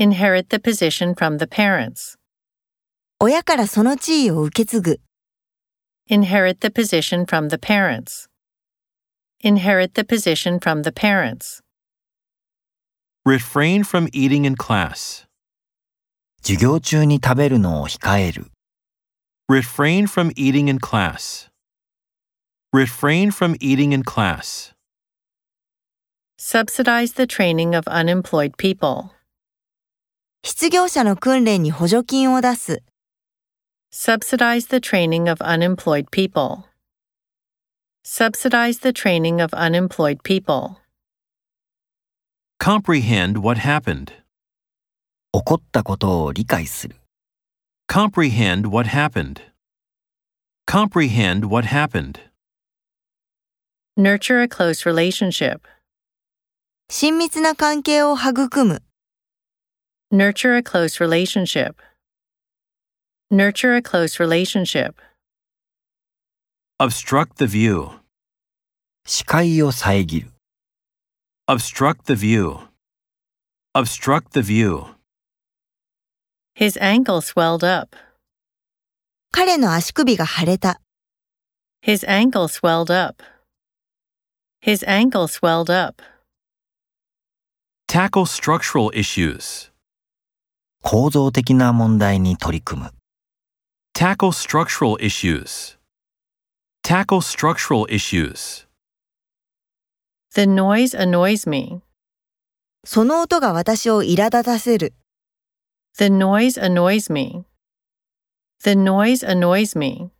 inherit the position from the parents, 親からその地位を受け継ぐ、 inherit the position from the parents, inherit the position from the parents, Refrain from eating in class. 授業中に食べるのを控える。 Refrain from eating in class. Refrain from eating in class. subsidize the training of unemployed people, 失業者の訓練に補助金を出す、 subsidize the training of unemployed people, subsidize the training of unemployed people, Comprehend what happened. 起こったことを理解する。 Comprehend what happened. Comprehend what happened. nurture a close relationship, 親密な関係を育む、 nurture a close relationship, nurture a close relationship. Obstruct the view. 視界を遮る。 Obstruct the view. Obstruct the view. His ankle swelled up. 彼の足首が腫れた。 His ankle swelled up. His ankle swelled up. Tackle structural issues. 構造的な問題に取り組む。 Tackle structural issues. Tackle structural issues. The noise annoys me. その音が私を苛立たせる。 The noise annoys me. The noise annoys me.